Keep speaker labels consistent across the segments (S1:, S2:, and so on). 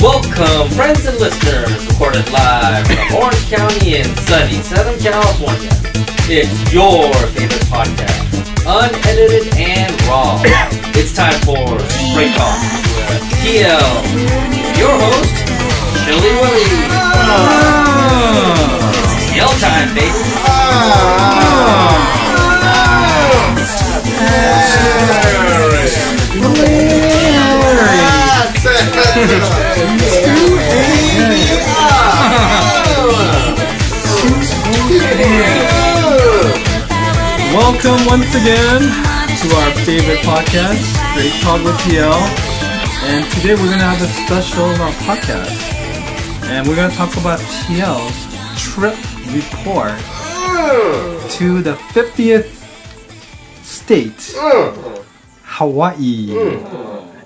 S1: Welcome, friends and listeners, recorded live from Orange County in sunny Southern California. It's your favorite podcast, unedited and raw. it's time for Straight Talk with TL. Your host, Chili Willie. Yell time, baby.
S2: Welcome once again to our favorite podcast, Straight Talk with TL. And today we're going to have a special uh, podcast. And we're going to talk about TL's trip report to the 50th state,
S3: Oh.
S2: Hawaii.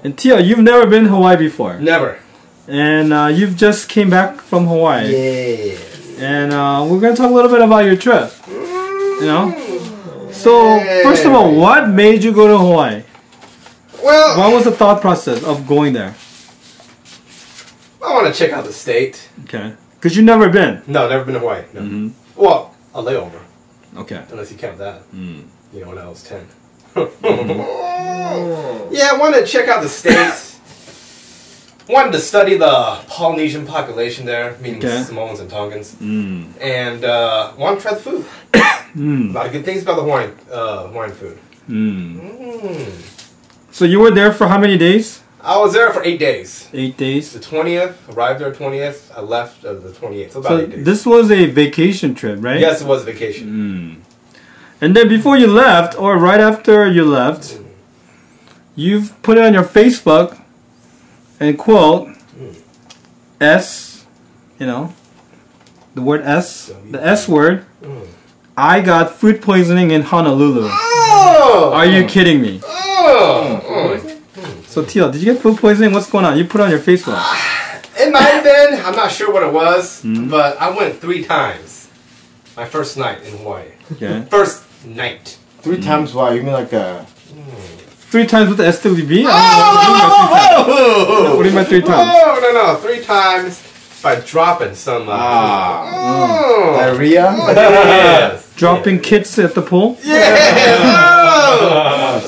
S2: And TL, you've never been to Hawaii before.
S3: Never.
S2: And uh, you've just came back from Hawaii.
S3: Yeah.
S2: and uh, we're gonna talk a little bit about your trip. You know. So first of all, what made you go to Hawaii?
S3: Well,
S2: What was the thought process of going there?
S3: I want to check out the state.
S2: Okay, because you've never been.
S3: No, never been to Hawaii. No.
S2: Mm-hmm.
S3: Well, a layover,
S2: Okay. Mm.
S3: unless you count that. You know, when I was 10.
S2: Mm-hmm.
S3: yeah, I wanted to check out the state. wanted to study the Polynesian population there, meaning
S2: Okay.
S3: Samoans and Tongans.
S2: Mm.
S3: And uh, wanted to try the food. a
S2: Mm.
S3: lot of good things about the Hawaiian, uh, Hawaiian food.
S2: Mm.
S3: Mm.
S2: So you were there for how many days?
S3: I was there for eight days.
S2: Eight
S3: The
S2: days.
S3: 20th, arrived there 20th, I left uh, the 28th. So about
S2: So
S3: eight days.
S2: this was a vacation trip, right?
S3: Yes, it was a vacation.
S2: Mm. And then before you left, or right after you left, you've put it on your Facebook and quote S, you know, the word S, the S word. I got food poisoning in Honolulu.
S3: Oh!
S2: Are you kidding me?
S3: Oh!
S2: So Teal, did you get food poisoning? What's going on? You put it on your Facebook.
S3: It might have been, I'm not sure what it was,
S2: Mm.
S3: but I went three times. My first night in Hawaii.
S2: Okay.
S3: First night.
S4: Three times why? You mean like a
S2: Three times with the S to the B? I
S3: Oh!
S2: don't know. What do you mean by three times?
S3: Oh, no, no, three times by dropping some. Uh,
S4: ah
S3: Oh!
S4: diarrhea?
S2: Mm.
S3: Yes!
S2: Dropping kids at the pool?
S3: Yes!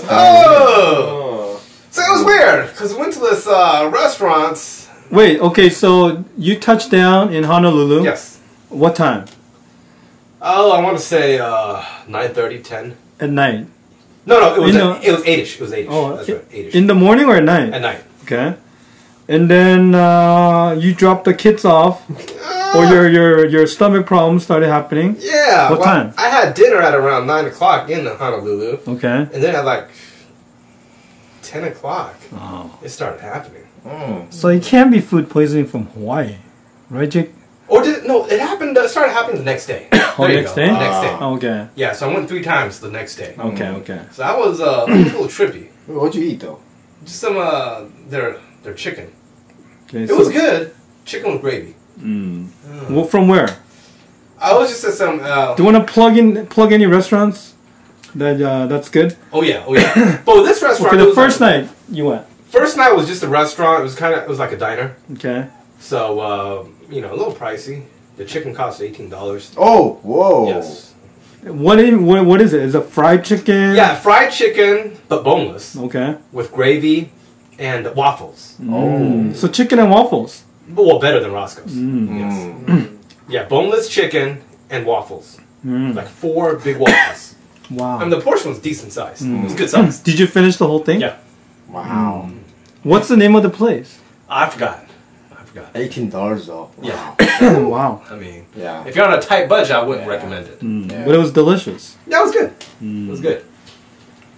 S3: Oh! Oh! So it was weird, because we went to this uh, restaurant.
S2: Wait, okay, so you touched down in Honolulu?
S3: Yes.
S2: What time?
S3: Oh, I want to say uh, 9.30, 10.
S2: At night.
S3: No, no, it was
S2: You
S3: at-
S2: know-
S3: it was eightish. It was eightish.
S2: Oh,
S3: That's
S2: i-
S3: right, eightish.
S2: in the morning or at night?
S3: at night.
S2: Okay. And then uh, you dropped the kids off, or your your your stomach problems started happening.
S3: Uh, Yeah.
S2: What
S3: well,
S2: time?
S3: I had dinner at around nine o'clock in Honolulu,
S2: Okay.
S3: and then at like ten o'clock,
S2: Oh.
S3: it started happening.
S4: Mm.
S2: So it can be food poisoning from Hawaii, right, Jake?
S3: Or did it, no? It happened. It started happening the next day.
S2: Oh,
S3: There you
S2: next
S3: go.
S2: day?
S3: Next day. Oh.
S2: Okay.
S3: Yeah. So I went three times the next day.
S2: Okay. Okay.
S3: So that was uh, a little trippy.
S4: Wait, What'd you eat though?
S3: Just some uh, their their chicken.
S2: Okay.
S3: It was good. Chicken with gravy.
S2: Mm. Well, from where?
S3: I was just at some. Uh,
S2: Do you want to plug in plug any restaurants? That uh, that's good.
S3: oh yeah. Oh yeah. but with this restaurant.
S2: Okay.
S3: it
S2: The
S3: was like-
S2: first night you went.
S3: First night was just a restaurant. It was kind of. It was like a diner.
S2: Okay.
S3: So, uh, you know, a little pricey. The chicken costs eighteen dollars.
S4: Oh, whoa.
S3: Yes.
S2: What, in, what what is it? Is it fried chicken?
S3: Yeah, fried chicken, but boneless,
S2: Okay.
S3: with gravy and waffles.
S2: Mm. So chicken and waffles.
S3: But well, better than Roscoe's. Yes.
S4: Mm.
S3: Yeah, boneless chicken and waffles.
S2: Mm.
S3: Like four big waffles.
S2: Wow.
S3: I mean, the portion was decent size. It
S2: Mm.
S3: was good size.
S2: Did you finish the whole thing?
S3: Yeah.
S4: Wow.
S3: Mm.
S2: What's the name of the place?
S3: I forgot. I forgot.
S4: Eighteen dollars though.
S3: Yeah.
S2: Oh, wow.
S3: I mean,
S4: Yeah.
S3: if you're on a tight budget, I wouldn't recommend it.
S4: Yeah.
S2: But it was delicious.
S3: That was good.
S2: Mm.
S3: It was good.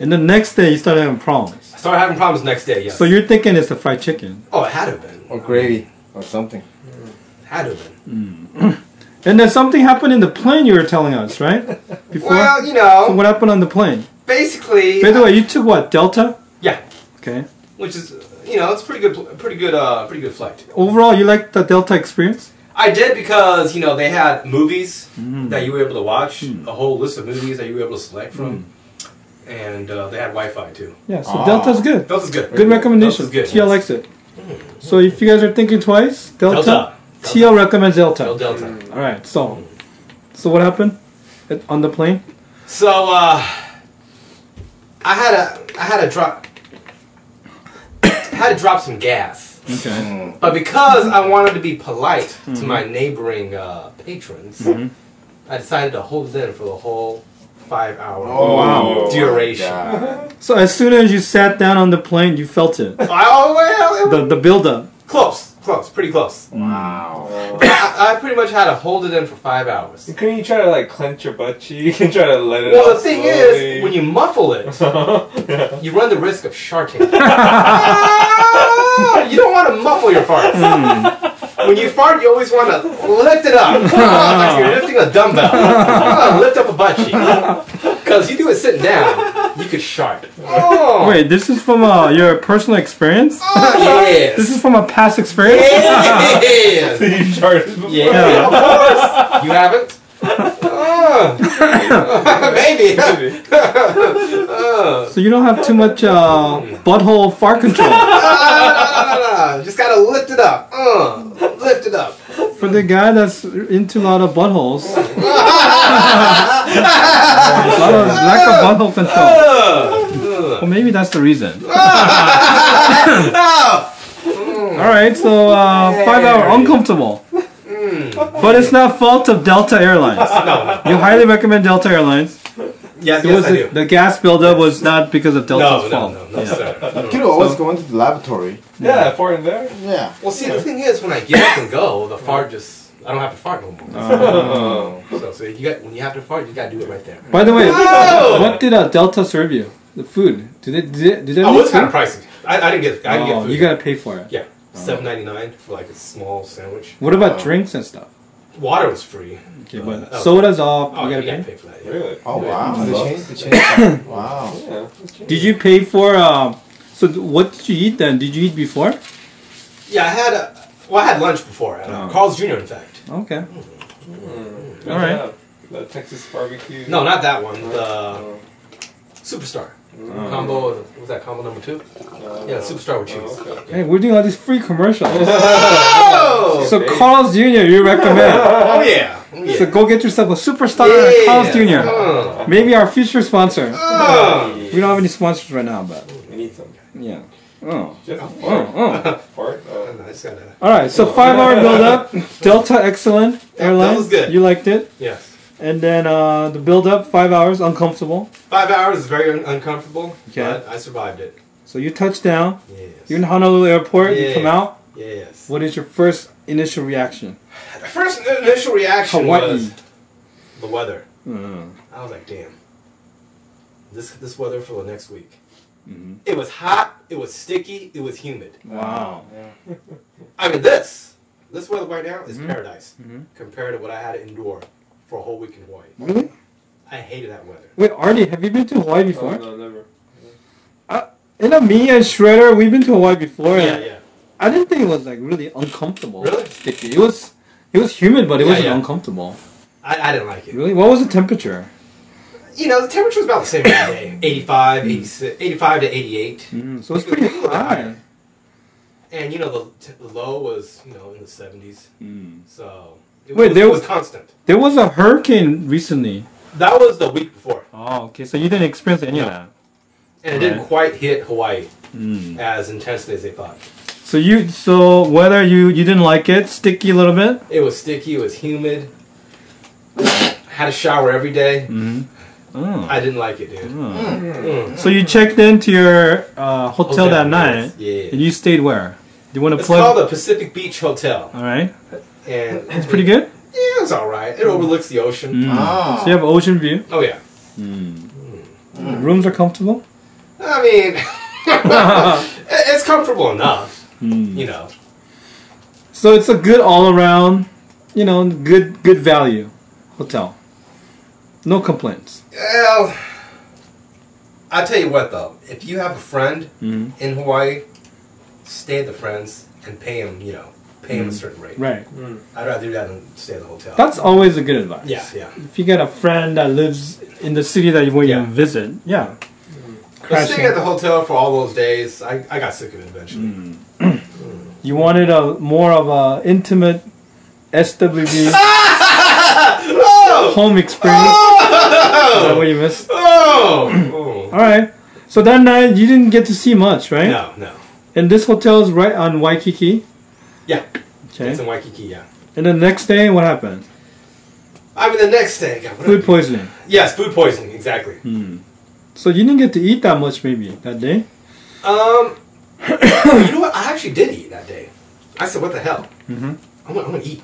S2: And the next day, you started having problems.
S3: I started having problems next day. Yes.
S2: So you're thinking it's the fried chicken.
S3: oh, it had to have been.
S4: Or gravy or something.
S3: It had to have been.
S2: And then something happened in the plane you were telling us, right? Before?
S3: Well, you
S2: so
S3: know,
S2: what happened on the plane?
S3: basically.
S2: By the way, you took what? Delta?
S3: Yeah.
S2: Okay.
S3: which is you know it's pretty good pretty good uh pretty good flight
S2: Overall, you liked the Delta experience?
S3: i did because you know they had movies
S2: Mm-hmm.
S3: that you were able to watch
S2: Mm.
S3: a whole list of movies that you were able to select from and uh, they had wi-fi too
S2: Yeah, so
S4: Ah.
S2: Delta's good.
S3: that was good
S2: Good recommendation.
S3: That was good.
S2: Tia likes it. So if you guys are thinking twice, Delta,
S5: Delta.
S2: TL recommends Delta.
S5: Del Delta.
S2: All right. So, so what happened At- on the plane?
S3: So uh, I had a I had a drop I had to drop some gas,
S2: Okay.
S3: but because I wanted to be polite to my neighboring uh, patrons, I decided to hold it in for the whole five hour
S4: Oh, wow.
S3: Oh, duration.
S4: God.
S2: So as soon as you sat down on the plane, you felt it.
S3: Oh well, it was
S2: The the buildup.
S3: close, close, pretty close.
S4: Wow.
S3: I, I pretty much had to hold it in for five hours.
S6: Couldn't you try to like clench your butt cheek and try to let it out?
S3: Well, the thing
S6: slowly?
S3: is, when you muffle it,
S6: yeah.
S3: you run the risk of sharting. Ah, you don't want to muffle your farts. When you fart, you always want to lift it up. Ah, like you're lifting a dumbbell. Ah, lift up a butt cheek. Because you do it sitting down, you could shart. Oh,
S2: Wait, this is from uh, your personal experience.
S3: ah, yes.
S2: This is from a past experience.
S3: yes.
S6: you sharted before.
S3: Yeah, of course. You haven't? Ah, maybe.
S6: Maybe.
S3: Ah.
S2: So you don't have too much uh, butthole fart control.
S3: Ah, Just gotta lift it up. Uh, lift it up.
S2: For the guy that's into a lot of buttholes, a lot of lack of butthole control. Well, maybe that's the reason. All right, so uh, five hour uncomfortable. But it's not fault of Delta Airlines.
S3: No,
S2: You highly recommend Delta Airlines.
S3: yes, yes,
S2: It was
S3: I
S2: the,
S3: do.
S2: the gas buildup was not because of
S3: No,
S2: Delta's
S3: no,
S2: fault.
S3: no, no,
S2: Yeah.
S3: sir.
S4: Kiddo always going to the laboratory.
S6: Yeah, far in there.
S4: Yeah.
S3: Well, see, the thing is, when I get up and go, the fart just, I don't have to fart no more. So, so you got, when you have to fart, you gotta do it right there.
S2: By the way,
S3: Oh!
S2: what did uh, Delta serve you? The food? Did they? Did they, did they
S3: Oh,
S2: leave
S3: it's kind of
S2: food?
S3: pricey. I, I didn't get, I didn't
S2: Oh,
S3: get food.
S2: you gotta pay for it.
S3: yeah, seven ninety nine for like a small sandwich.
S2: What about
S4: Oh.
S2: drinks and stuff?
S3: Water was free.
S2: Okay, but
S3: Uh, oh.
S2: sodas all
S3: Oh, you
S2: you gotta
S3: gotta
S2: pay.
S3: pay for that. Yeah.
S6: Really?
S4: Oh wow.
S7: They
S4: Look.
S7: changed, they changed.
S4: Wow.
S6: Yeah.
S2: Did you pay for? Um, so th- what did you eat then? Did you eat before?
S3: yeah, I had a, well, I had lunch before. At, uh,
S2: Oh.
S3: Carl's Jr., in fact.
S2: Okay.
S6: All
S2: Alright.
S6: right. The Texas barbecue.
S3: No, not that one. The
S6: Oh,
S3: Superstar. Combo, what was that combo number two?
S6: no.
S3: Yeah, Superstar with cheese.
S6: Oh, okay.
S2: Hey, we're doing all these free commercials.
S3: Oh!
S2: so Carl's Jr. You recommend?
S3: oh, yeah. yeah.
S2: So go get yourself a superstar uh,
S3: Yeah.
S2: Carl's Jr.
S3: Oh.
S2: Maybe our future sponsor.
S3: Oh.
S2: We don't have any sponsors right now, but
S6: We need some.
S2: yeah. Oh,
S6: Just
S2: oh, oh.
S6: fart. Oh.
S3: I just gotta,
S2: All right, so five hour build up, Delta excellent airline.
S3: was good.
S2: You liked it,
S3: yes.
S2: and then uh, the build up five hours uncomfortable.
S3: Five hours is very un- uncomfortable,
S2: Okay.
S3: but I survived it.
S2: So you touch down,
S3: Yes.
S2: you're in Honolulu airport, you
S3: Yeah.
S2: come out.
S3: yes.
S2: What is your first initial reaction?
S3: The first initial reaction
S2: Hawaii.
S3: was the weather. I was like, damn. This this weather for the next week.
S2: Mm-hmm.
S3: It was hot. It was sticky. It was humid.
S2: Wow.
S3: I mean, this this weather right now
S2: Mm-hmm.
S3: is paradise compared to what I had to endure for a whole week in Hawaii.
S2: Really?
S3: I hated that weather.
S2: Wait, Artie, have you been to Hawaii before?
S6: Oh, no, never.
S2: You know, me and Shredder, we've been to Hawaii before.
S3: Yeah,
S2: and
S3: yeah.
S2: I didn't think it was like really uncomfortable.
S3: Really?
S2: Sticky. It was. It was humid, but it
S3: Yeah,
S2: wasn't
S3: yeah.
S2: uncomfortable.
S3: I, I didn't like it.
S2: Really? What was the temperature?
S3: You know, the temperature was about the same every day Mm. 85, 86, 85 to 88.
S2: Mm, so it's pretty
S3: It was
S2: high.
S3: And you know the, t- the low was you know in the seventies, so it
S2: Wait,
S3: was,
S2: there
S3: it
S2: was-
S3: was constant.
S2: There was a hurricane recently.
S3: That was the week before,
S2: Oh, okay. So you didn't experience any of that.
S3: and it didn't
S2: Right.
S3: quite hit Hawaii as intensely as they thought.
S2: So you, so whether you you didn't like it, sticky a little bit.
S3: It was sticky, it was humid. Had a shower every day.
S2: Oh.
S3: I didn't like it, dude. Mm.
S2: So you checked into your uh,
S3: Hotel,
S2: hotel, that
S3: yes.
S2: night,
S3: Yeah.
S2: and you stayed where? Do you want to
S3: It's
S2: plug?
S3: called the Pacific Beach Hotel,
S2: All right,
S3: and
S2: it's pretty Mm. good.
S3: Yeah, it was all right. It overlooks the ocean.
S4: Ah.
S2: So you have ocean view.
S3: Oh yeah.
S2: The
S3: Mm.
S2: rooms are comfortable.
S3: I mean, it- it's comfortable enough.
S2: Hmm.
S3: You know.
S2: So it's a good all around, you know, good good value hotel. No complaints.
S3: Well, I tell you what though, if you have a friend in Hawaii, stay at the friends and pay him, you know, pay him a certain rate.
S2: Right.
S3: I'd rather do that than stay at the hotel.
S2: Hmm. That's always a good advice.
S3: yeah, yeah.
S2: If you got a friend that lives in the city that you want
S3: Yeah.
S2: to visit, yeah,
S3: But staying at
S2: crashing.
S3: the hotel for all those days, I, I got sick of it eventually.
S2: Hmm. You wanted a more of a intimate SWB
S3: Oh!
S2: home experience. Is that what you missed?
S3: Oh!
S2: All right. So that night you didn't get to see much, right?
S3: no, no.
S2: And this hotel is right on Waikiki.
S3: Yeah,
S2: Okay.
S3: it's in Waikiki, yeah.
S2: and then the next day, what happened?
S3: I mean, the next day, God, what
S2: Food poisoning.
S3: Yes, food poisoning, exactly.
S2: So you didn't get to eat that much, maybe that day.
S3: Um, you know what? I actually did eat that day. I said, "What the hell?
S2: Mhm.
S3: I'm, gonna, I'm gonna eat."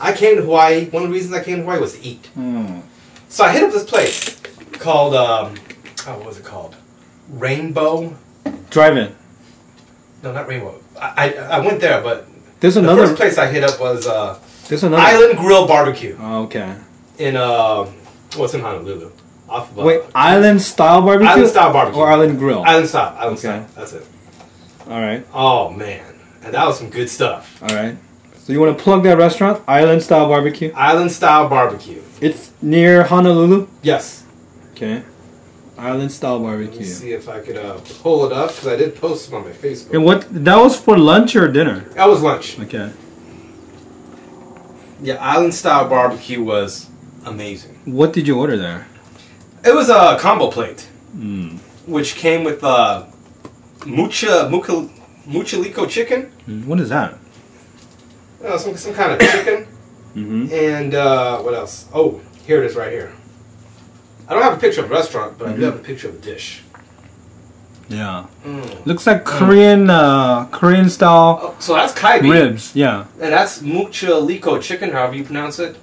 S3: I came to Hawaii. One of the reasons I came to Hawaii was to eat.
S4: Mm.
S3: So I hit up this place called um, oh, what was it called? Rainbow?
S2: Driving.
S3: No, not Rainbow. I I, I went there, but
S2: There's
S3: the
S2: another.
S3: first place I hit up was uh,
S2: There's another.
S3: Island Grill Barbecue
S2: Oh, okay.
S3: in uh, what's in Honolulu? Off of, uh,
S2: Wait, island style barbecue.
S3: Island Style Barbecue
S2: or island grill.
S3: Island Style. Island
S2: Okay.
S3: Style. That's it.
S2: all right,
S3: Oh man, and that was some good stuff.
S2: all right. So you want to plug that restaurant, Island Style Barbecue?
S3: Island Style Barbecue.
S2: It's near Honolulu.
S3: Yes.
S2: Okay. Island Style
S3: Let me
S2: Barbecue.
S3: see if I could uh, pull it up because I did post it on my Facebook.
S2: And what? That was for lunch or dinner?
S3: that was lunch.
S2: Okay.
S3: Yeah, Island Style Barbecue was amazing.
S2: What did you order there?
S3: It was a combo plate,
S2: Mm.
S3: which came with uh, mucha mucha muchalico chicken,
S2: Mm, What is that?
S3: uh, some some kind of chicken,
S2: Mm-hmm.
S3: and uh, what else? Oh, here it is right here. I don't have a picture of the restaurant, but I do have a picture of the dish.
S2: Yeah.
S3: Mm.
S2: Looks like Korean, uh, Korean style
S3: Oh, so that's kaibi.
S2: ribs. Yeah.
S3: And that's muchalico chicken, however you pronounce it.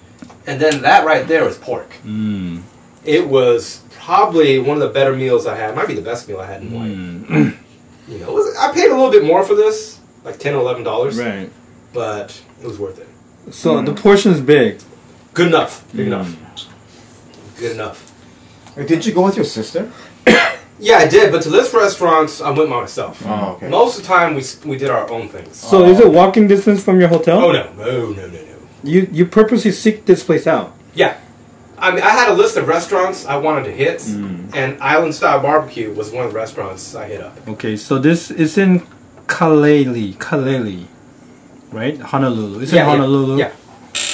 S3: And then that right there is pork.
S2: Mm.
S3: It was probably one of the better meals I had. Might be the best meal I had in Hawaii.
S2: Mm.
S3: You know, it was, I paid a little bit more for this, like ten or eleven dollars,
S2: Right.
S3: but it was worth it.
S2: So
S3: Hmm.
S2: the portion is big.
S3: Good enough. Big enough.
S2: Hmm.
S3: Good enough.
S4: Wait, did you go with your sister?
S3: Yeah, I did, but to this restaurant, I went by myself.
S4: Oh, okay.
S3: Most of the time, we s- we did our own things.
S2: So is it walking distance from your hotel?
S3: Oh no, no, no, no, no.
S2: You you purposely seek this place out.
S3: Yeah, I mean, I had a list of restaurants I wanted to hit,
S2: Hmm.
S3: and Island Style Barbecue was one of the restaurants I hit up.
S2: Okay, so this is in Kaleli, Kaleli, right? Honolulu. It's in Honolulu.
S3: Yeah,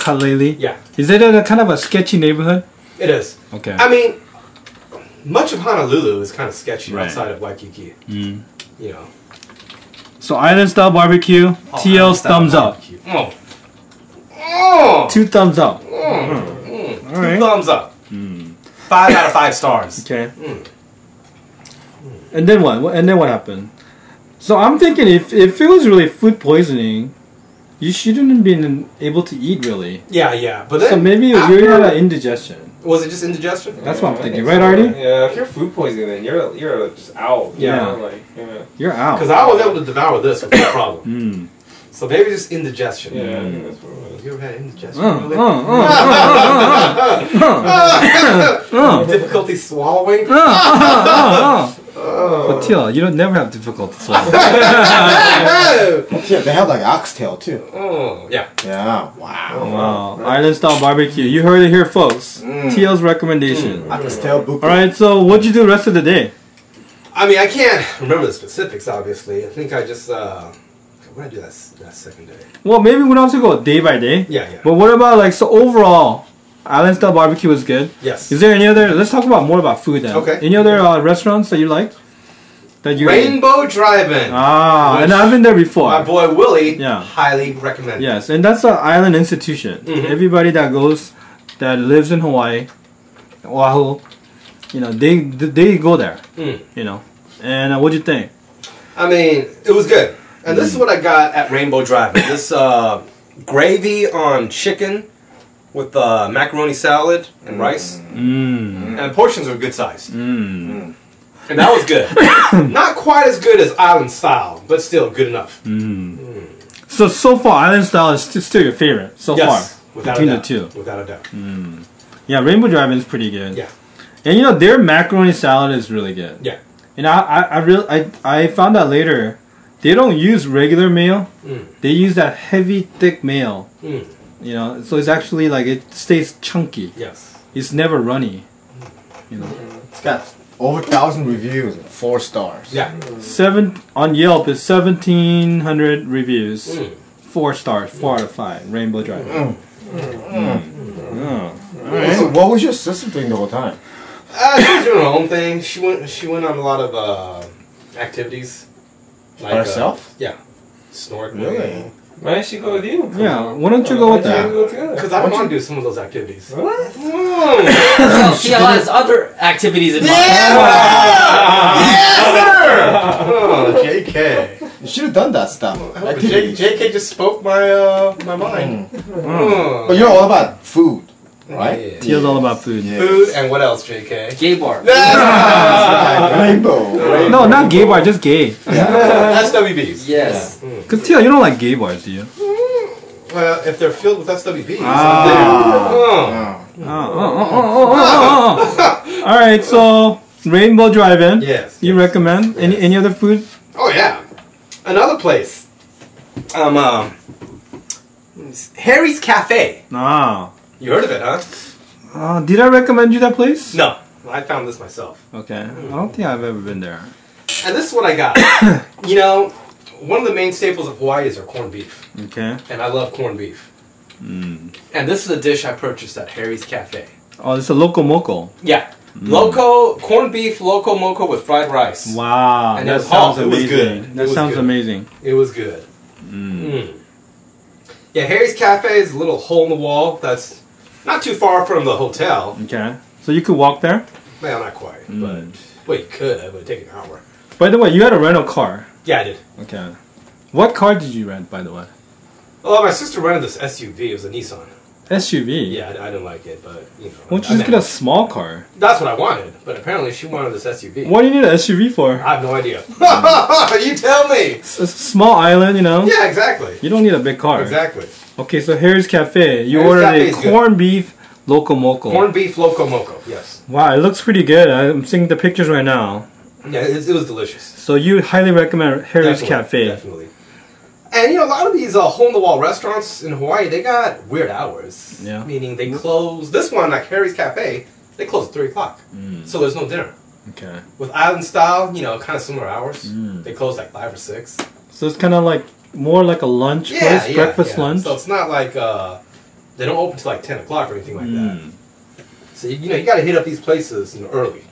S2: Kaleli.
S3: yeah,
S2: Is it in a kind of a sketchy neighborhood?
S3: yeah, it is.
S2: Okay.
S3: I mean, much of Honolulu is kind of sketchy
S2: Right.
S3: outside of Waikiki.
S2: Mm.
S3: You know,
S2: So Island Style Barbecue, TL
S1: Island Style
S2: thumbs up.
S1: Barbecue.
S3: oh, oh,
S2: Two thumbs up.
S3: mm,
S2: All
S3: two
S2: right.
S3: thumbs up, Hmm. five out of five stars.
S2: Okay.
S3: Mm.
S2: And then what? What- And then what happened? So I'm thinking if if it was really food poisoning, you shouldn't have been able to eat really.
S3: Yeah, yeah, but then
S2: So maybe you
S3: after-
S2: really had an indigestion.
S3: was it just indigestion?
S2: That's what I'm
S6: I
S2: thinking,
S6: think
S2: right,
S6: so.
S2: Artie?
S6: Yeah, if you're food poisoning, then you're you're just out. you
S2: Yeah.
S6: know, like you know.
S2: You're out.
S3: Because I was able to devour this with no problem.
S2: Mm.
S3: So maybe just indigestion.
S6: Yeah, I
S3: Mm.
S6: think that's what it was.
S3: You ever had indigestion?
S2: Uh,
S3: really?
S2: uh,
S3: Difficulty swallowing?
S2: Oh. uh. But Tila, you don't never have difficulty swallowing.
S3: oh,
S4: Yeah, they had like oxtail too.
S3: yeah.
S4: Yeah. Wow.
S2: Wow, Island style barbecue. You heard it here, folks.
S3: Mm.
S2: Tila's recommendation.
S3: Oh.
S4: Oxtail buku.
S2: All right, so what'd you do the rest of the day?
S3: I mean, I can't remember the specifics, obviously. I think I just, uh, what did I do that, that second day?
S2: Well, maybe we don't have to go day by day.
S3: Yeah, yeah.
S2: But what about like so overall? Island style barbecue was good.
S3: yes.
S2: Is there any other? Let's talk about more about food then.
S3: Okay.
S2: Any other uh, restaurants that you like? That you
S3: Rainbow Drive-In.
S2: ah, and I've been there before.
S3: My boy Willie,
S2: Yeah.
S3: highly recommended.
S2: Yes, and that's an island institution.
S3: Mhm.
S2: Everybody that goes, that lives in Hawaii, Oahu, you know, they they go there.
S3: Mm.
S2: You know, and uh, what do you think?
S3: I mean, it was good. And this is
S2: Hmm.
S3: what I got at Rainbow Drive-In. this uh, gravy on chicken with uh, macaroni salad and
S2: Hmm.
S3: rice.
S2: Mm.
S3: And the portions were good sized.
S2: Mm.
S3: And that was good. Not quite as good as Island Style, but still good enough.
S2: Hmm. So so far, island style is st- still your favorite so
S3: Yes.
S2: far
S3: Without
S2: between
S3: a
S2: the
S3: doubt.
S2: two. Hmm.
S3: Without a doubt.
S2: Yeah, Rainbow Drive is pretty good.
S3: Yeah.
S2: and you know their macaroni salad is really good.
S3: Yeah.
S2: And I I I, real, I I found out later, they don't use regular mayo.
S3: Mm.
S2: They use that heavy thick mayo.
S3: Mm.
S2: You know, so it's actually like it stays chunky.
S3: Yes.
S2: It's never runny. You know.
S4: It's got Over a thousand reviews, and four stars.
S3: Yeah.
S2: Hmm. Seven on Yelp is seventeen hundred reviews.
S3: Mm.
S2: Four stars, four out of five. Rainbow Mm. Drive.
S4: So what was your sister doing the whole time?
S3: Uh, she was doing her own thing. She went. She went on a lot of uh, activities. uh,
S4: By herself?
S3: Yeah. Snorkeling.
S4: Really?
S6: Why didn't she go with you?
S2: Yeah, why don't you go with
S6: Why didn't
S2: that?
S6: you go together?
S3: Because I want to do some of those activities.
S6: What?
S3: Mm.
S1: Well, she has other activities in mind.
S3: Oh, JK.
S4: You should have done that stuff.
S3: But J- JK just spoke my uh, my mind. Mm.
S4: But you're all about food, right?
S3: Yeah.
S2: Teal's all about food.
S3: Food and what else, JK?
S1: Gay bar.
S4: Rainbow.
S2: No, not gay bar, just gay.
S3: SWBs.
S1: Yes.
S2: Cause Teal, you don't like gay bars, do you?
S3: Well, if they're filled with SWBs,
S2: Oh, oh, oh, oh, oh, oh, oh. All right, so Rainbow Drive-In.
S3: Yes.
S2: You
S3: yes.
S2: recommend any any other food?
S3: Oh yeah, another place. Um, um, Harry's Cafe.
S2: No.
S3: You heard of it, huh?
S2: Ah, Uh, did I recommend you that place?
S3: No, I found this myself,
S2: Okay. I don't think I've ever been there.
S3: and this is what I got. you know, one of the main staples of Hawaii is their corned beef,
S2: Okay.
S3: and I love corned beef.
S2: Mm.
S3: And this is a dish I purchased at Harry's Cafe.
S2: Oh, it's a local moco.
S3: Yeah,
S2: Mm.
S3: loco corned beef, loco moco with fried rice.
S2: Wow,
S3: And it
S2: that
S3: was
S2: sounds
S3: hot. It was
S2: amazing.
S3: good. It
S2: That
S3: was
S2: sounds
S3: good.
S2: amazing.
S3: It was good. Mm. Yeah, Harry's Cafe is a little hole in the wall that's not too far from the hotel.
S2: Okay, so you could walk there.
S3: Well, not quite,
S2: Mm.
S3: but well, you could. It would take an hour.
S2: By the way, you had a rental car.
S3: Yeah, I did.
S2: Okay, what car did you rent? By the way,
S3: Well, Oh, my sister rented this SUV. It was a Nissan.
S2: SUV.
S3: Yeah, I, I didn't like it, but you know.
S2: Why don't
S3: I
S2: you just
S3: mean,
S2: get a small car?
S3: That's what I wanted, but apparently she wanted this SUV.
S2: What do you need an SUV for?
S3: I have no idea.
S2: Mm.
S3: you tell me.
S2: It's a small island, you know.
S3: Yeah, exactly.
S2: You don't need a big car.
S3: Exactly.
S2: Okay, so Harry's Cafe. You
S3: Harry's Cafe
S2: ordered
S3: is
S2: a
S3: good.
S2: corned beef local moco.
S3: Corned beef loco moco. Yes.
S2: wow, it looks pretty good. I'm seeing the pictures right now.
S3: Yeah, it, it was delicious.
S2: So you highly recommend Harry's
S3: Definitely,
S2: Cafe.
S3: Definitely. And you know, a lot of these uh, hole in the wall restaurants in Hawaii, they got weird hours.
S2: Yeah.
S3: Meaning they close. This one, like Harry's Cafe, they close at three o'clock.
S2: Mm.
S3: So there's no dinner.
S2: Okay,
S3: With Island Style, you know, kind of similar hours.
S2: Mm.
S3: They close like five or six.
S2: so it's kind of like more like a lunch place, breakfast
S3: yeah.
S2: lunch.
S3: So it's not like uh, they don't open till like ten o'clock or anything like
S2: Mm.
S3: that. So you, you know, you got to hit up these places you know, early.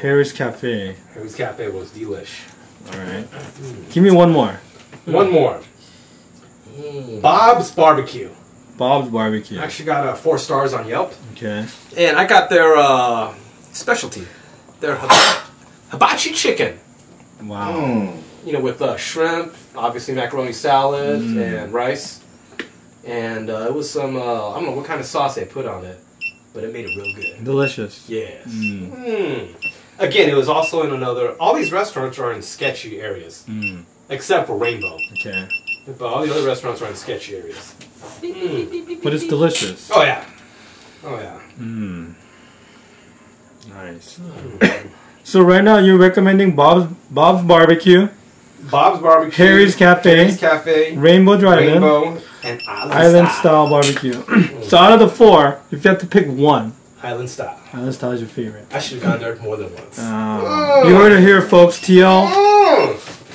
S2: Harry's Cafe.
S3: Harry's Cafe was delish.
S2: All right. Give me one more.
S3: One more. Bob's Barbecue.
S2: Bob's Barbecue.
S3: I actually got uh, four stars on Yelp.
S2: Okay.
S3: And I got their uh, specialty, their hib- hibachi chicken.
S2: Wow.
S3: Mm. You know, with uh, shrimp, obviously macaroni salad and rice, and uh, it was some uh, I don't know what kind of sauce they put on it, but it made it real good.
S2: Delicious.
S3: Yes. Mm. Again, it was also in another. All these restaurants are in sketchy areas, except for Rainbow.
S2: Okay.
S3: But all the other restaurants are in sketchy areas.
S2: But it's delicious.
S3: Oh yeah. Oh yeah.
S2: Nice. so right now you're recommending Bob's Bob's Barbecue,
S3: Bob's Barbecue.
S2: Harry's Cafe,
S3: Harry's Cafe.
S2: Rainbow Drive-In,
S3: Rainbow and Island,
S2: Island
S3: Style.
S2: Style Barbecue. so out of the four, if you have to pick one,
S3: Island Style.
S2: Island Style is your favorite.
S3: I should have gone there more than once. Ah.
S2: Um, you heard it here, folks. TL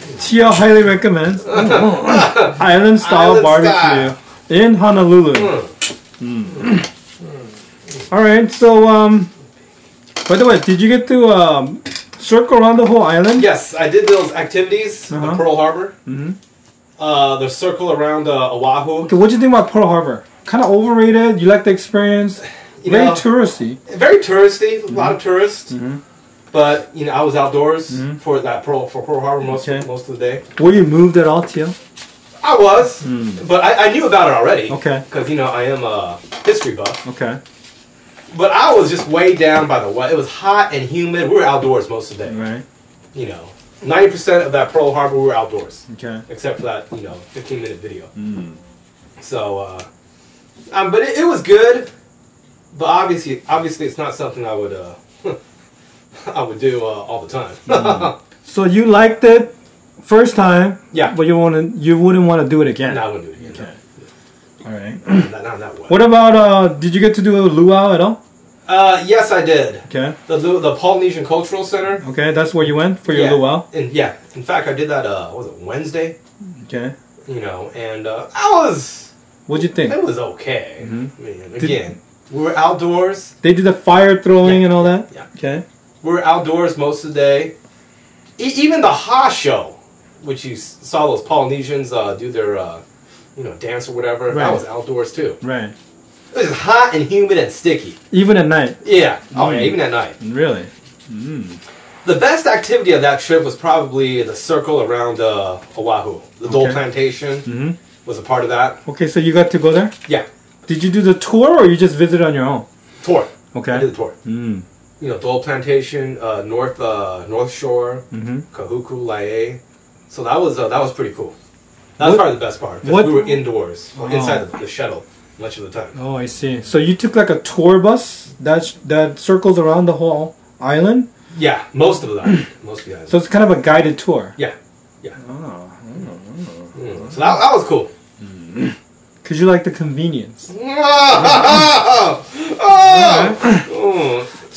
S3: Mm.
S2: TL highly recommends Island
S3: Island
S2: Style Barbecue in Honolulu.
S3: Hmm.
S2: Hmm. All right. So, um, by the way, did you get to um, circle around the whole island?
S3: Yes, I did those activities
S2: Uh-huh.
S3: at Pearl Harbor. Mm-hmm. Uh, the circle around uh, Oahu.
S2: Okay, what do you think about Pearl Harbor? Kind of overrated. You like the experience?
S3: You
S2: Very
S3: know,
S2: Mm-hmm. touristy.
S3: very touristy. A lot of tourists. But you know, I was outdoors for that Pearl for Pearl Harbor most
S2: Mm-hmm. Okay.
S3: most of the day.
S2: Were you moved at all, Tio?
S3: I was, but I, I knew about it already.
S2: Mm. Okay.
S3: Because you know I am a history buff.
S2: Okay.
S3: But I was just way down by the way. It was hot and humid. We were outdoors most of the day.
S2: All right.
S3: You know, ninety percent of that Pearl Harbor we were outdoors.
S2: Okay.
S3: except for that you know 15 minute video.
S2: Mm.
S3: So, uh, um, but it, it was good. But obviously, obviously, it's not something I would uh, I would do uh, all the time.
S2: Mm. So you liked it first time,
S3: yeah,
S2: but you want to you wouldn't want to do it again.
S3: no, I wouldn't do it again.
S2: All right.
S3: No, not, not, not well.
S2: What about uh? Did you get to do a luau at all?
S3: Uh, yes, I did.
S2: Okay.
S3: The Lu- the Polynesian Cultural Center.
S2: Okay, that's where you went for your
S3: yeah.
S2: luau.
S3: And yeah, in fact, I did that. Uh, what was it Wednesday?
S2: Okay.
S3: You know, and uh, I was
S2: What'd you think?
S3: it was okay. I mean,
S2: Mm-hmm. Did-
S3: again, we were outdoors.
S2: They did the fire throwing
S3: Yeah.
S2: and all that.
S3: Yeah.
S2: Okay.
S3: We were outdoors most of the day. E- even the Ha show, which you s- saw those Polynesians uh, do their, uh, you know, dance or whatever,
S2: Right.
S3: that was outdoors too.
S2: Right.
S3: It was hot and humid and sticky.
S2: Even at night.
S3: Yeah. Oh yeah,
S2: Mm.
S3: even at night.
S2: Really.
S3: The best activity of that trip was probably the circle around uh, Oahu. The Dole
S2: Okay.
S3: Plantation
S2: Mhm.
S3: was a part of that.
S2: Okay, so you got to go there.
S3: Yeah,
S2: Did you do the tour or you just visited on your own?
S3: tour. I did
S2: Okay.
S3: the tour.
S2: Mm.
S3: You know, Dole Plantation, uh, North uh, North Shore,
S2: Mhm.
S3: Kahuku, Lae. So that was uh, that was pretty cool. That was
S2: What-
S3: probably the best part. 'cause
S2: what-
S3: we were indoors, well,
S2: Oh.
S3: inside the, the shuttle much of the time.
S2: Oh, I see. So you took like a tour bus that that circles around the whole island.
S3: Yeah, most of the time. most of the time.
S2: So it's kind of a guided tour.
S3: yeah.
S2: Oh.
S3: Mm. So that, that was cool.
S2: Cause you like the convenience.
S3: Mm.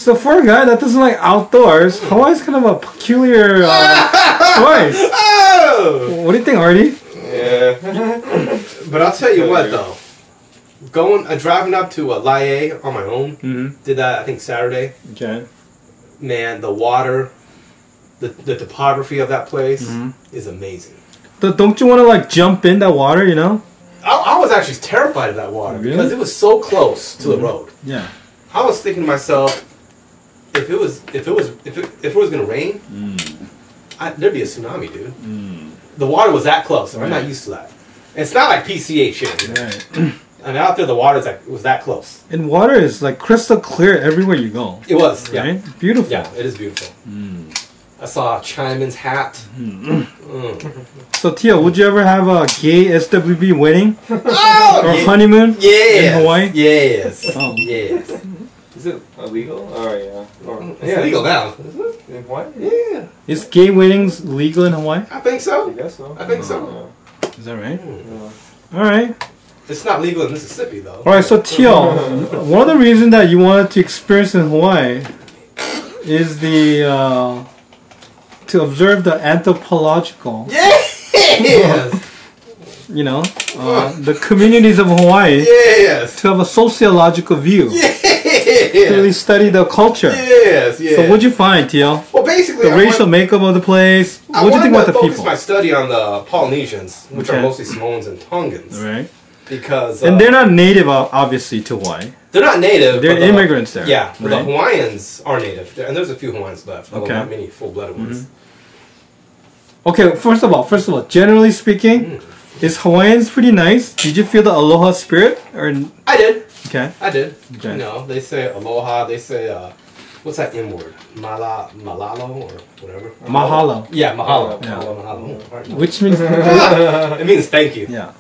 S2: So for a guy that doesn't like outdoors, Hawaii's kind of a peculiar uh, choice.
S3: Oh!
S2: What do you think, Artie?
S6: Yeah.
S3: But I'll tell you
S6: Yeah,
S3: what,
S6: yeah.
S3: though, going uh, driving up to uh, Laie on my own,
S2: Mm-hmm.
S3: did that I think Saturday.
S2: Okay.
S3: Man, the water, the the topography of that place
S2: Mhm.
S3: is amazing.
S2: Th- don't you want to like jump in that water? You know?
S3: I, I was actually terrified of that water
S2: Really? Mm-hmm.
S3: because it was so close to the road.
S2: Yeah.
S3: I was thinking to myself, if it was if it was if it, if it was gonna rain,
S2: Mm.
S3: I, there'd be a tsunami, dude. The water was that close. and I'm not
S2: Right.
S3: used to that. It's not like PCH here. you know?
S2: Right.
S3: I mean, out there, the water like, was that close.
S2: And water is like crystal clear everywhere you go.
S3: It was, yeah.
S2: Right? Beautiful.
S3: Yeah, it is beautiful.
S2: Mm.
S3: I saw Chiman's hat. Mm.
S2: So Tia, would you ever have a gay SWB wedding or
S3: Oh,
S2: honeymoon?
S3: yes.
S2: In Hawaii?
S3: Yes.
S2: Oh.
S3: Yes.
S6: Is it illegal? Oh yeah. Or,
S3: It's legal now.
S6: Is it? In Hawaii?
S3: Yeah,
S2: Is gay weddings legal in Hawaii?
S3: I think
S6: I
S3: so.
S6: guess so.
S3: I think so.
S2: Is that right?
S6: Yeah. Yeah.
S2: All right.
S3: It's not legal in Mississippi though.
S2: All right. So Tio, one of the reasons that you wanted to experience in Hawaii is the uh, to observe the anthropological,
S3: Yes.
S2: you know, uh, the communities of Hawaii
S3: yes.
S2: to have a sociological view, to really
S3: Yes.
S2: study the culture.
S3: Yes. Yes.
S2: So what'd you find, Tio?
S3: well, basically,
S2: The
S3: I
S2: racial
S3: want-
S2: makeup of the place.
S3: I
S2: What do you
S3: wanted
S2: think about
S3: to
S2: the
S3: focus
S2: people?
S3: my study on the Polynesians, which
S2: Okay.
S3: are mostly Samoans and Tongans,
S2: All right.
S3: because uh,
S2: And they're not native, uh, obviously, to Hawaii.
S3: they're not native.
S2: They're
S3: but, uh,
S2: immigrants there.
S3: Yeah, but the
S2: right?
S3: Hawaiians are native, There- and there's a few Hawaiians left, although
S2: Okay. Mm-hmm.
S3: not many full-blooded ones.
S2: Okay, first of all, first of all, generally speaking, is Hawaiians pretty nice? Did you feel the aloha spirit? Or
S3: I did,
S2: okay,
S3: I did.
S2: Okay.
S3: You know, they say aloha. They say uh, what's that M word? Mala, malalo, or whatever.
S2: mahalo,
S3: Yeah, mahalo.
S2: Yeah.
S3: Mahalo, mahalo. Oh, pardon.
S2: which means
S3: it means thank you.
S2: yeah.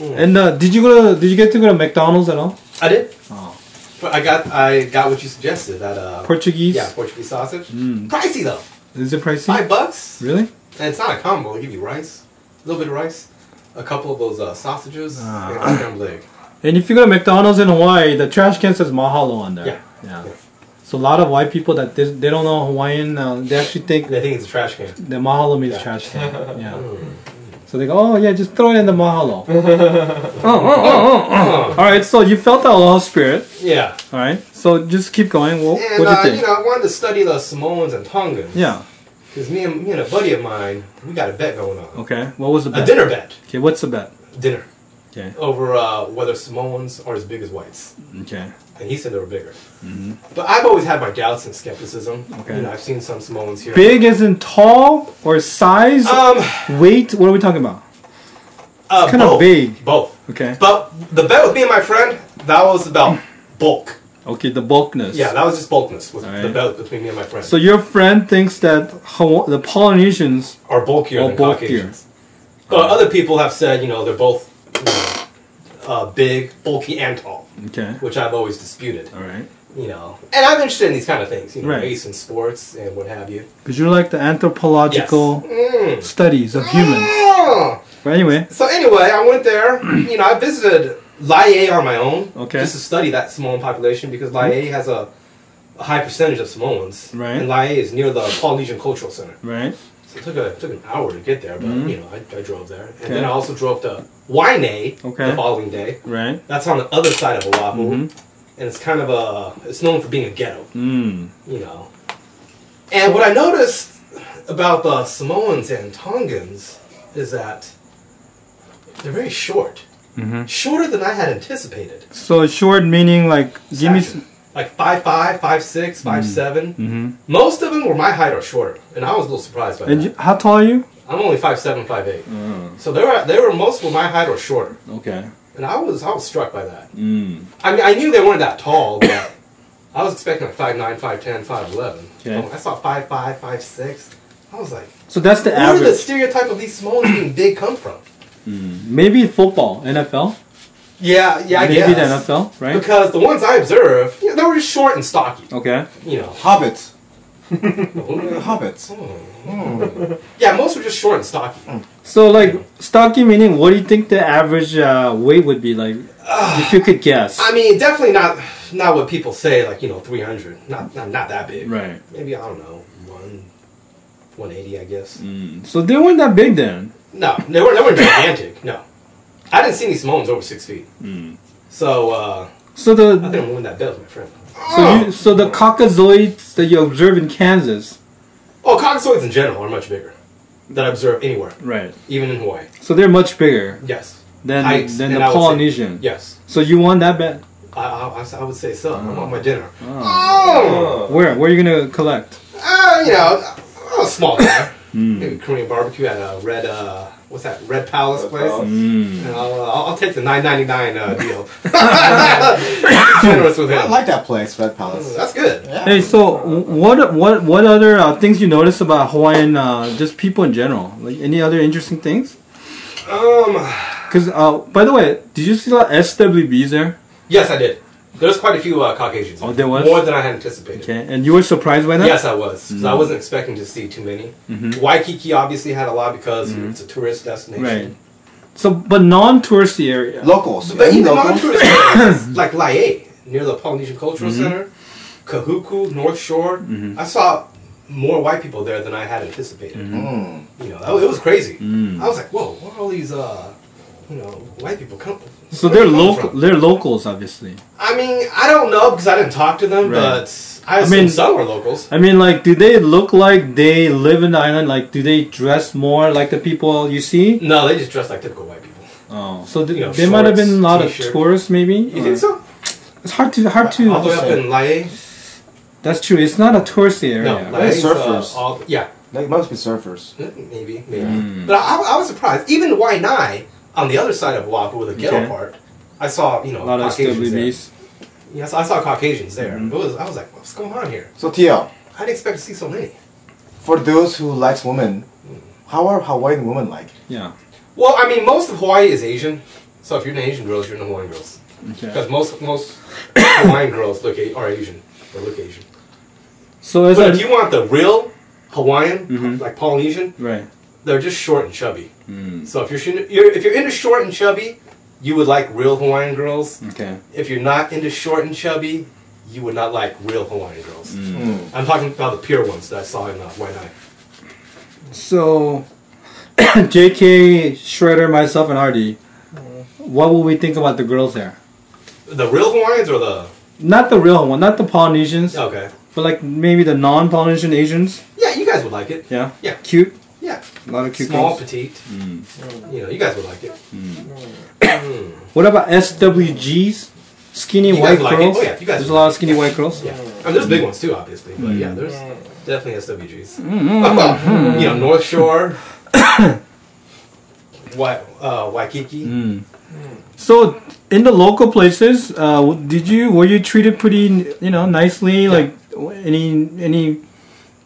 S2: And uh, did you go to? Did you get to go to McDonald's at all?
S3: I did.
S2: Oh.
S3: But I got, I got what you suggested. That uh,
S2: Portuguese?
S3: Yeah, Portuguese sausage. Pricey though.
S2: Is it pricey?
S3: Five bucks.
S2: Really?
S3: And it's not a combo. They give you rice, a little bit of rice, a couple of those uh, sausages,
S2: Ah.
S3: and a scrambled egg.
S2: And if you go to McDonald's in Hawaii, the trash can says mahalo on there.
S3: Yeah.
S2: Yeah. So a lot of white people that they, they don't know Hawaiian, uh, they actually think
S3: They think it's a trash can.
S2: The mahalo means trash can. Yeah. So they go, oh yeah, just throw it in the mahalo. oh, oh, oh, oh, oh. All right. So you felt the aloha spirit.
S3: Yeah.
S2: All right. So just keep going. Well,
S3: And
S2: what do you
S3: uh,
S2: think?
S3: you know, I wanted to study the Samoans and Tongans.
S2: yeah.
S3: Because me and me and a buddy of mine, we got a bet going on.
S2: Okay. What was the bet?
S3: A dinner bet.
S2: Okay. What's the bet?
S3: Dinner.
S2: Okay.
S3: Over uh, whether Samoans are as big as whites.
S2: Okay.
S3: And he said they were bigger. But I've always had my doubts and skepticism.
S2: Mm-hmm. Okay.
S3: You know, I've seen some Samoans here.
S2: Big as in tall or size,
S3: Um,
S2: weight. What are we talking about?
S3: uh,
S2: kinda
S3: both.
S2: vague.
S3: Both.
S2: Okay.
S3: But the bet with me and my friend, that was about bulk.
S2: Okay. The bulkness.
S3: Yeah, that was just bulkness was the
S2: Alright.
S3: bet between me and my friend.
S2: So your friend thinks that Hawa- the Polynesians.
S3: are bulkier
S2: Or
S3: than
S2: bulkier.
S3: Caucasians. But other people have said, you know, they're both you know, uh, big, bulky, and tall,
S2: Okay.
S3: which I've always disputed.
S2: All right.
S3: You know, and I'm interested in these kind of things, you know,
S2: Right.
S3: race and sports and what have you.
S2: Because you like the anthropological
S3: Yes. Mm.
S2: studies of humans.
S3: Ah!
S2: But anyway.
S3: So anyway, I went there. you know, I visited Lie on my own,
S2: Okay. Mm-hmm.
S3: just to study that Samoan population because Lie has a, a high percentage of Samoans,
S2: Right.
S3: and Lie is near the Polynesian Cultural Center.
S2: Right.
S3: So it took a it took an hour to get there, but you know I, I drove there, and
S2: Mm-hmm. Okay.
S3: then I also drove to Wainay
S2: Okay. Mm-hmm.
S3: the following day.
S2: Right.
S3: That's on the other side of Oahu, and it's kind of a it's known for being a ghetto,
S2: Mm.
S3: you know. And what I noticed about the Samoans and Tongans is that they're very short,
S2: Mhm.
S3: shorter than I had anticipated.
S2: So short meaning like give me.
S3: Stature. Like five five, five six, five seven.
S2: Mm-hmm.
S3: Most of them were my height or shorter, and I was a little surprised by that.
S2: And you, Oh. how tall are you?
S3: I'm only five seven, five eight. So they were they were most were my height or shorter,
S2: Okay.
S3: and I was I was struck by that.
S2: Mm.
S3: I mean, I knew they weren't that tall, but I was expecting like five nine, five ten, five eleven. Oh,
S2: Okay.
S3: I saw five five, five six. I was like,
S2: So that's the
S3: where did the
S2: average.
S3: stereotype of these small being big come from?
S2: Maybe football, NFL.
S3: Yeah, yeah, I
S2: Maybe the
S3: guess.
S2: NFL, right?
S3: Because the ones I observed, yeah, they were just short and stocky.
S2: Okay.
S3: You know.
S4: Hobbits.
S3: Oh.
S4: Hobbits.
S3: yeah, most were just short and stocky.
S2: So like stocky meaning, what do you think the average uh, weight would be like?
S3: Ah.
S2: if you could guess.
S3: I mean, definitely not not what people say, like you know, three hundred. Not, not not that big.
S2: right.
S3: Maybe I don't know one, one eighty, I guess.
S2: Mm. So they weren't that big then.
S3: No, they weren't. They weren't gigantic. No, I didn't see any Samoans over six feet.
S2: Hmm.
S3: So uh,
S2: So
S3: I
S2: the
S3: think I'm winning that bet with my friend.
S2: so you, so the caucasoids that you observe in Kansas.
S3: Oh, cockasoids in general are much bigger than I observe anywhere,
S2: Right.
S3: even in Hawaii.
S2: So they're much bigger
S3: Yes,
S2: than
S3: Heights,
S2: than
S3: and
S2: the
S3: I would say-
S2: Polynesian.
S3: yes.
S2: So you won that bet.
S3: I, I, I would say so. I'm on my dinner.
S2: Oh.
S3: Oh,
S2: Where where are you gonna collect?
S3: uh, you know, I was small dinner.
S2: Hmm.
S3: Maybe Korean barbecue at a red. Uh, what's that? Red Palace
S6: Red
S3: place.
S6: Palace.
S2: Hmm.
S3: And I'll, uh, I'll take the 9.99 uh, deal. Generous with
S4: I
S3: him.
S4: like that place, Red Palace.
S3: That's good.
S4: Yeah.
S2: Hey, so wh- what what what other uh, things you notice about Hawaiian uh, just people in general? Like any other interesting things?
S3: Um,
S2: Cause uh, by the way, did you see the SWBs there?
S3: yes, I did. There's quite a few uh, Caucasians.
S2: Oh, there was?
S3: more than I had anticipated.
S2: Okay, and you were surprised by that?
S3: Yes, I was. 'cause I
S2: Hmm.
S3: wasn't expecting to see too many.
S2: Mm-hmm.
S3: Waikiki obviously had a lot because it's a tourist destination.
S2: Right. So, but non-touristy area.
S4: Locals.
S3: But
S4: Any
S3: even
S4: locals?
S3: non-tourist areas, like Laie, near the Polynesian Cultural
S2: Mm-hmm.
S3: Center, Kahuku, North Shore, I saw more white people there than I had anticipated.
S2: Mm-hmm.
S4: Mm.
S3: You know, that was, it was crazy.
S2: Mm.
S3: I was like, whoa, where are all these, uh, you know, white people come?
S2: So
S3: where
S2: they're
S3: they come
S2: local.
S3: from?
S2: They're locals, obviously.
S3: I mean, I don't know because I didn't talk to them,
S2: Right.
S3: but I
S2: I
S3: assume
S2: mean-
S3: some were locals.
S2: I mean, like, do they look like they live in the island? Like, do they dress more like the people you see?
S3: No, they just dressed like typical white people.
S2: Oh, so th-
S3: You know,
S2: they might have been a
S3: shorts,
S2: lot
S3: t-shirt.
S2: of tourists, maybe.
S3: You think so?
S2: It's hard to hard to.
S3: All the way up in Laie?
S2: That's true. It's not a touristy
S3: No,
S2: area.
S3: Laie's,
S4: surfers.
S3: Uh, all, yeah,
S4: They must be surfers.
S3: Mm, maybe, maybe.
S2: Hmm.
S3: But I, I was surprised. Even Waianae, on the other side of Oahu, the ghetto
S2: Okay.
S3: part, I saw you know
S2: a lot of Mm-hmm.
S3: Caucasians there.
S2: SWBs.
S3: Yes, I saw Caucasians there. It was I was like, what's going on here?
S4: So, TL,
S3: I didn't expect to see so many.
S4: for those who likes women, how are Hawaiian women like?
S2: Yeah.
S3: Well, I mean, most of Hawaii is Asian, so if you're an Asian girls, you're in Hawaiian girls
S2: Okay.
S3: because most most Hawaiian girls look a- are Asian or look Asian.
S2: So
S3: But
S2: is that
S3: if you want the real Hawaiian,
S2: Mhm.
S3: like Polynesian,
S2: right?
S3: they're just short and chubby. So if you're, shin- you're if you're into short and chubby, you would like real Hawaiian girls.
S2: Okay.
S3: If you're not into short and chubby, you would not like real Hawaiian girls.
S4: Mm.
S3: I'm talking about the pure ones that I saw in uh, Waianae.
S2: So, J.K. Shredder, myself, and Hardy, what will we think about the girls there?
S3: The real Hawaiians or the
S2: Not the real one, not the Polynesians,
S3: okay?
S2: but like maybe the non-Polynesian Asians.
S3: Yeah, you guys would like it.
S2: Yeah.
S3: Yeah.
S2: Cute.
S3: Yeah,
S2: A lot of cute
S3: small,
S2: girls.
S3: petite. You know, you guys would like it.
S2: What about SWGs? Skinny
S3: You guys
S2: white
S3: like it?
S2: girls.
S3: Oh, yeah, you guys
S2: There's a
S3: like
S2: lot of skinny white girls.
S3: Yeah, I mean, there's big ones too, obviously. But
S2: Mm.
S3: yeah, there's definitely SWGs. you know, North Shore, Wa- uh, Waikiki.
S2: Mm. So in the local places, uh, w- did you were you treated pretty you know nicely? Like w- any any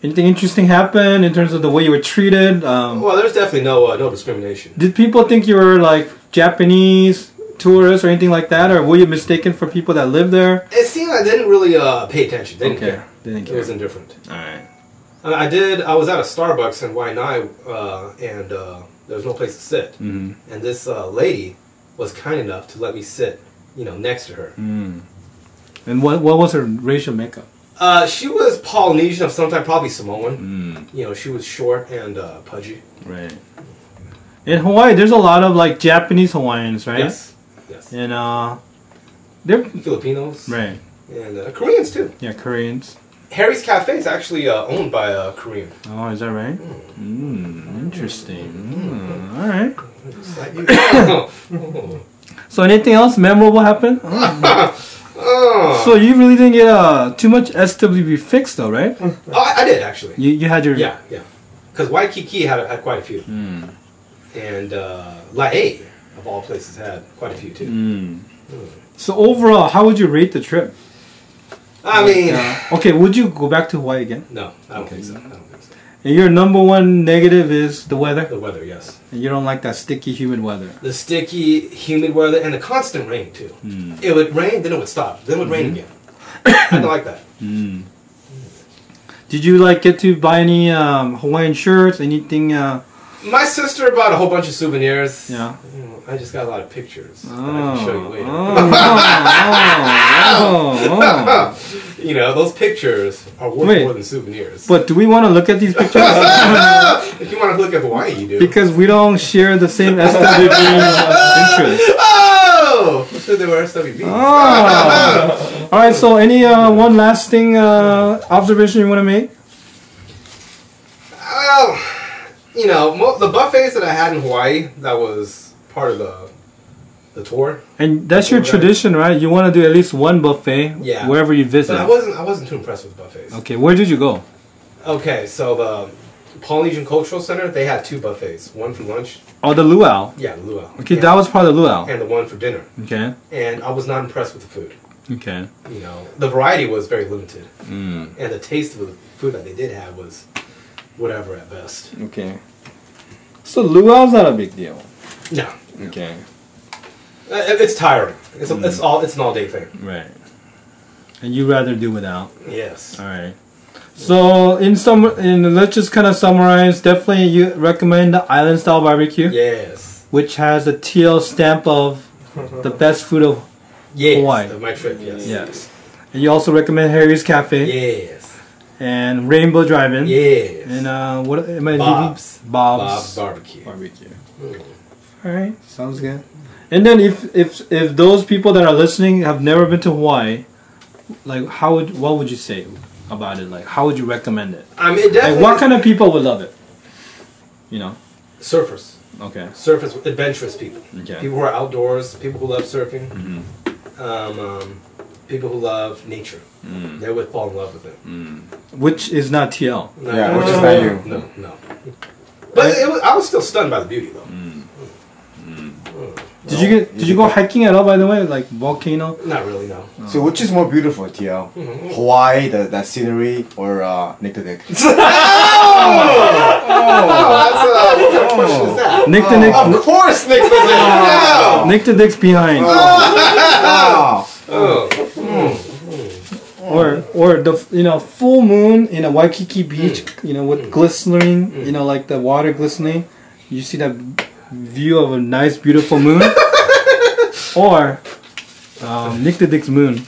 S2: anything interesting happen in terms of the way you were treated? Um,
S3: Well, there's definitely no uh, no discrimination.
S2: did people think you were like Japanese tourists or anything like that, or were you mistaken for people that live there?
S3: It seemed I didn't really uh, pay attention. Didn't
S2: Okay,
S3: care.
S2: didn't
S3: It was
S2: care.
S3: indifferent.
S2: All right.
S3: And I did. I was at a Starbucks in Waianae, uh, and uh, there was no place to sit.
S2: Mhm.
S3: And this uh, lady was kind enough to let me sit, you know, next to her.
S2: Mm. And what what was her racial makeup?
S3: Uh, she was Polynesian of some type, probably Samoan.
S2: Mm.
S3: You know, she was short and uh, pudgy.
S2: Hmm, Right. In Hawaii, there's a lot of like Japanese Hawaiians, right?
S3: Yes, yes.
S2: And uh, they're
S3: Filipinos
S2: right.
S3: and uh, Koreans too.
S2: Yeah, Koreans.
S3: Harry's Cafe is actually uh, owned by a Korean.
S2: Oh, is that right? Mm, interesting. Mm, all right.
S3: oh,
S2: So, anything else memorable happened? So you really didn't get uh, too much SWB fix though, right?
S3: I, I did actually.
S2: You you had your
S3: Yeah, yeah. Because Waikiki had, had quite a few.
S2: Hmm.
S3: And uh, Lae, of all places, had quite a few too.
S2: Hmm. So overall, how would you rate the trip? Uh,
S3: I mean,
S2: Okay, would you go back to Hawaii again?
S3: no, I don't think so. I don't think so.
S2: And your number one negative is the weather.
S3: The weather, yes.
S2: And you don't like that sticky, humid weather.
S3: The sticky, humid weather and the constant rain too.
S2: Hmm.
S3: It would rain, then it would stop, then it would rain again. I don't like that.
S2: Did you like get to buy any um, Hawaiian shirts? Anything? Uh,
S3: My sister bought a whole bunch of souvenirs.
S2: yeah.
S3: You know, I just got a lot of pictures that I can show you later.
S2: Oh, oh, oh.
S3: You know, those pictures are worth
S2: Wait.
S3: more than souvenirs.
S2: But do we want to look at these pictures?
S3: if you want to look at Hawaii, you do.
S2: because we don't share the same SWB uh, interest.
S3: Oh! Who said they were SWB?
S2: Oh. All right. So, any uh, one lasting uh, observation you want to make?
S3: Well, you know, mo- the buffets that I had in Hawaii, that was part of the the tour.
S2: And that's your
S3: Right.
S2: tradition, right? You want to do at least one buffet
S3: Yeah.
S2: wherever you visit.
S3: But I wasn't I wasn't too impressed with buffets.
S2: Okay, where did you go?
S3: Okay, so the Polynesian Cultural Center, they had two buffets. One for lunch,
S2: Oh, the luau.
S3: yeah, the luau.
S2: Okay,
S3: and,
S2: that was part of the luau.
S3: and the one for dinner.
S2: Okay,
S3: And I was not impressed with the food.
S2: okay. Hmm,
S3: You know, the variety was very limited. And the taste of the food that they did have was whatever at best.
S2: Okay. So luau's not a big deal.
S3: No.
S2: Okay.
S3: Uh, it- It's tiring. It's, a,
S2: Mm.
S3: it's all it's an all day thing.
S2: Right. And you rather do without.
S3: Yes.
S2: All right. So in some, in let's just kind of summarize. Definitely, you recommend the island style barbecue,
S3: Yes.
S2: which has a teal stamp of the best food of.
S3: Yes.
S2: Hawaii.
S3: My trip, yes.
S2: Yes. And you also recommend Harry's Cafe
S3: Yes.
S2: and Rainbow Drive-In.
S3: Yes.
S2: And uh, what am I leaving?
S3: Bob's. Bob's
S2: Bob's.
S3: barbecue.
S2: barbecue.
S3: Mm.
S2: All right, sounds good. And then if if if those people that are listening have never been to Hawaii, like how would what would you say about it? Like how would you recommend it?
S3: I mean, it
S2: Like
S3: definitely.
S2: what kind of people would love it? You know.
S3: surfers,
S2: Okay.
S3: surfers, adventurous people,
S2: Okay. Mm-hmm.
S3: people who are outdoors, people who love surfing, um, um, people who love nature.
S2: Mm.
S3: They would fall in love with it.
S2: Which is not TL.
S3: No,
S4: Yeah,
S3: no,
S4: which
S3: no,
S4: is
S3: no,
S4: not
S3: No, no. But it was, I was still stunned by the beauty, though.
S2: Mm. Did you get did you go hiking at all? By the way, like volcano.
S3: Not really, no.
S4: So which is more beautiful, TL? Hawaii, the, that scenery, or uh, Nickelback?
S3: Oh, that's, uh, what kind of question is that?
S2: Nick the Nick.
S3: Of course, Nick was in. No.
S2: Nick the Dick's behind,
S4: wow.
S3: Oh,
S2: or or the you know full moon in a Waikiki beach, you know with glistening, you know like the water glistening. You see that view of a nice beautiful moon, or um, Nick the Dick's moon.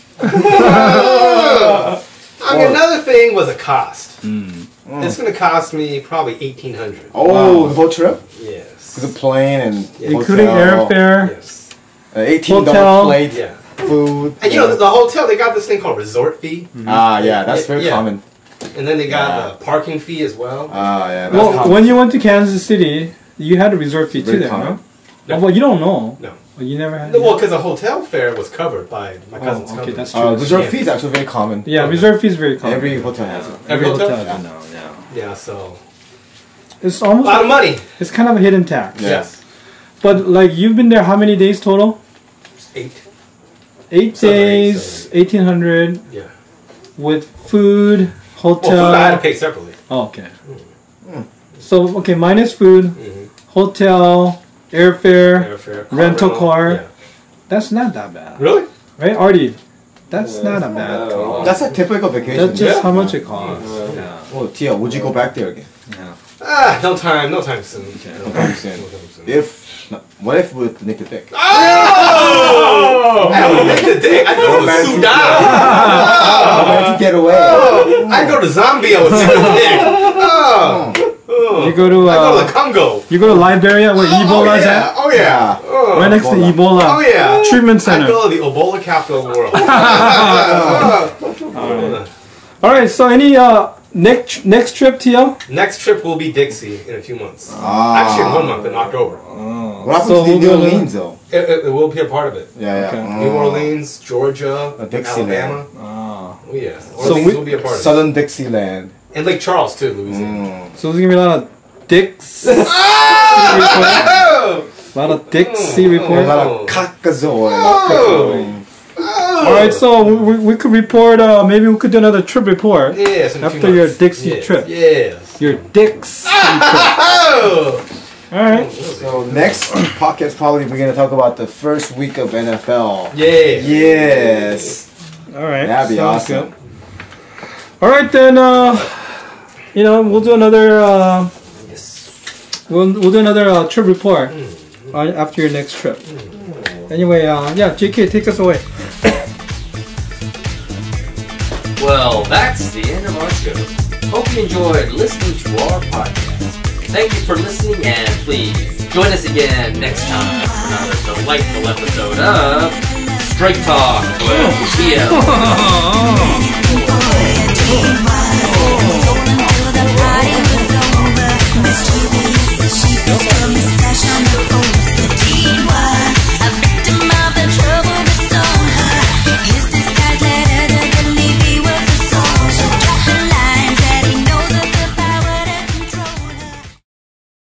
S3: I mean, another thing was a cost.
S2: Mm.
S3: It's going to cost me probably eighteen hundred.
S4: Oh, the whole trip? The
S3: Yes.
S4: plane and
S2: including
S4: hotel,
S2: airfare.
S3: Yes.
S4: uh, $18
S2: hotel.
S4: plate,
S3: Yeah.
S4: food.
S3: And you know, the hotel, they got this thing called resort fee,
S4: Ah, yeah, that's very
S3: Yeah.
S4: common.
S3: and then they got the parking fee as well.
S4: Ah, yeah, that's
S2: Well,
S4: common.
S2: when you went to Kansas City, you had a resort fee too,
S4: Very
S2: there,
S4: common. Uh,
S2: no? Oh, well, you don't know.
S3: No.
S2: Well, you never had.
S3: Well, because the hotel fare was covered by my
S2: oh,
S3: cousin's
S2: okay,
S3: company.
S2: that's true.
S4: Uh, resort
S3: Yeah.
S4: fees are actually very common.
S2: yeah, resort fee is very common.
S4: Every hotel has it.
S3: Every hotel?
S2: you know, yeah.
S3: yeah, so.
S2: It's
S3: A
S2: almost.
S3: lot of money.
S2: it's kind of a hidden tax.
S4: Yeah.
S3: Yes.
S2: But like, you've been there how many days total?
S3: Eight.
S2: Eight
S3: Seven, eight,
S2: days,
S3: seven,
S2: eighteen hundred
S3: Yeah.
S2: with food,
S3: Well, food I had to
S2: hotel.
S3: pay separately.
S2: Oh, okay.
S3: Hmm.
S2: So okay, minus food,
S3: Mhm.
S2: hotel, airfare.
S3: Airfare,
S2: Rental
S3: rental,
S2: car.
S3: yeah.
S2: That's not that bad,
S3: Really?
S2: right, Artie? That's
S6: Yeah,
S2: not
S6: it's
S2: a
S6: not
S2: bad.
S6: bad at all.
S3: Oh.
S2: call.
S4: That's a typical vacation.
S2: That's just
S3: Yeah.
S2: how much it costs.
S6: Yeah.
S2: Yeah.
S4: Oh, TL, would you go back there again?
S3: Ah, no time, no time soon. No
S4: No time soon.
S3: No time soon.
S4: If not, What if with Nick the Dick?
S3: Ah! Oh! I would lick the dick. I go to
S4: Romantic.
S3: Sudan.
S4: Romantic getaway.
S3: Oh, I go to Zambia with lick the dick. Oh.
S2: You go to
S3: I go to the
S2: uh,
S3: Congo.
S2: you go to Liberia where
S3: oh,
S2: Ebola's
S3: yeah.
S2: at.
S3: Oh yeah. Oh.
S2: Right next
S4: Ebola.
S2: to Ebola
S3: Oh, yeah.
S2: treatment
S3: I
S2: center.
S3: go to the Ebola capital of the world. Oh.
S2: All right, so any uh next next trip, TL?
S3: Next trip will be Dixie in a few months.
S4: Ah.
S3: Actually, in one month in October.
S4: What happens
S2: So
S4: to
S2: we'll
S4: New
S2: go to-
S4: Orleans though?
S3: It, it, it will be a part of it.
S4: Yeah, yeah.
S2: Okay.
S4: Mm.
S3: New Orleans, Georgia,
S4: Uh, Dixieland.
S3: Alabama.
S6: Oh.
S3: Oh yeah. Orleans
S2: So we-
S3: will be a part of it.
S4: Mm. Southern Dixieland.
S3: And Lake Charles too, Louisiana.
S4: Mm.
S2: So there's gonna be a lot of dicks, a
S3: Oh!
S2: lot of dixie
S4: A
S2: report.
S4: lot
S3: Oh.
S4: of cackazoid.
S3: Oh.
S2: All right, so we, we could report. Uh, maybe we could do another trip report.
S3: Yes. in a few
S2: After your
S3: months.
S2: Dixie
S3: Yes,
S2: trip.
S3: Yes.
S2: Your dicks.
S3: Oh.
S2: All right.
S4: So next podcast probably we're gonna talk about the first week of NFL.
S3: Yeah.
S4: Yes.
S2: All right.
S4: That'd be
S2: sounds
S4: awesome.
S2: good. All right then. Uh, you know, we'll do another. Uh,
S3: Yes.
S2: we'll we'll do another uh, trip report
S4: Mm.
S2: on, after your next trip. Anyway, uh, yeah, JK, take us away.
S1: Well, that's the end of our show. Hope you enjoyed listening to our podcast. Thank you for listening, and please join us again next time for another delightful episode of Straight Talk with Theo.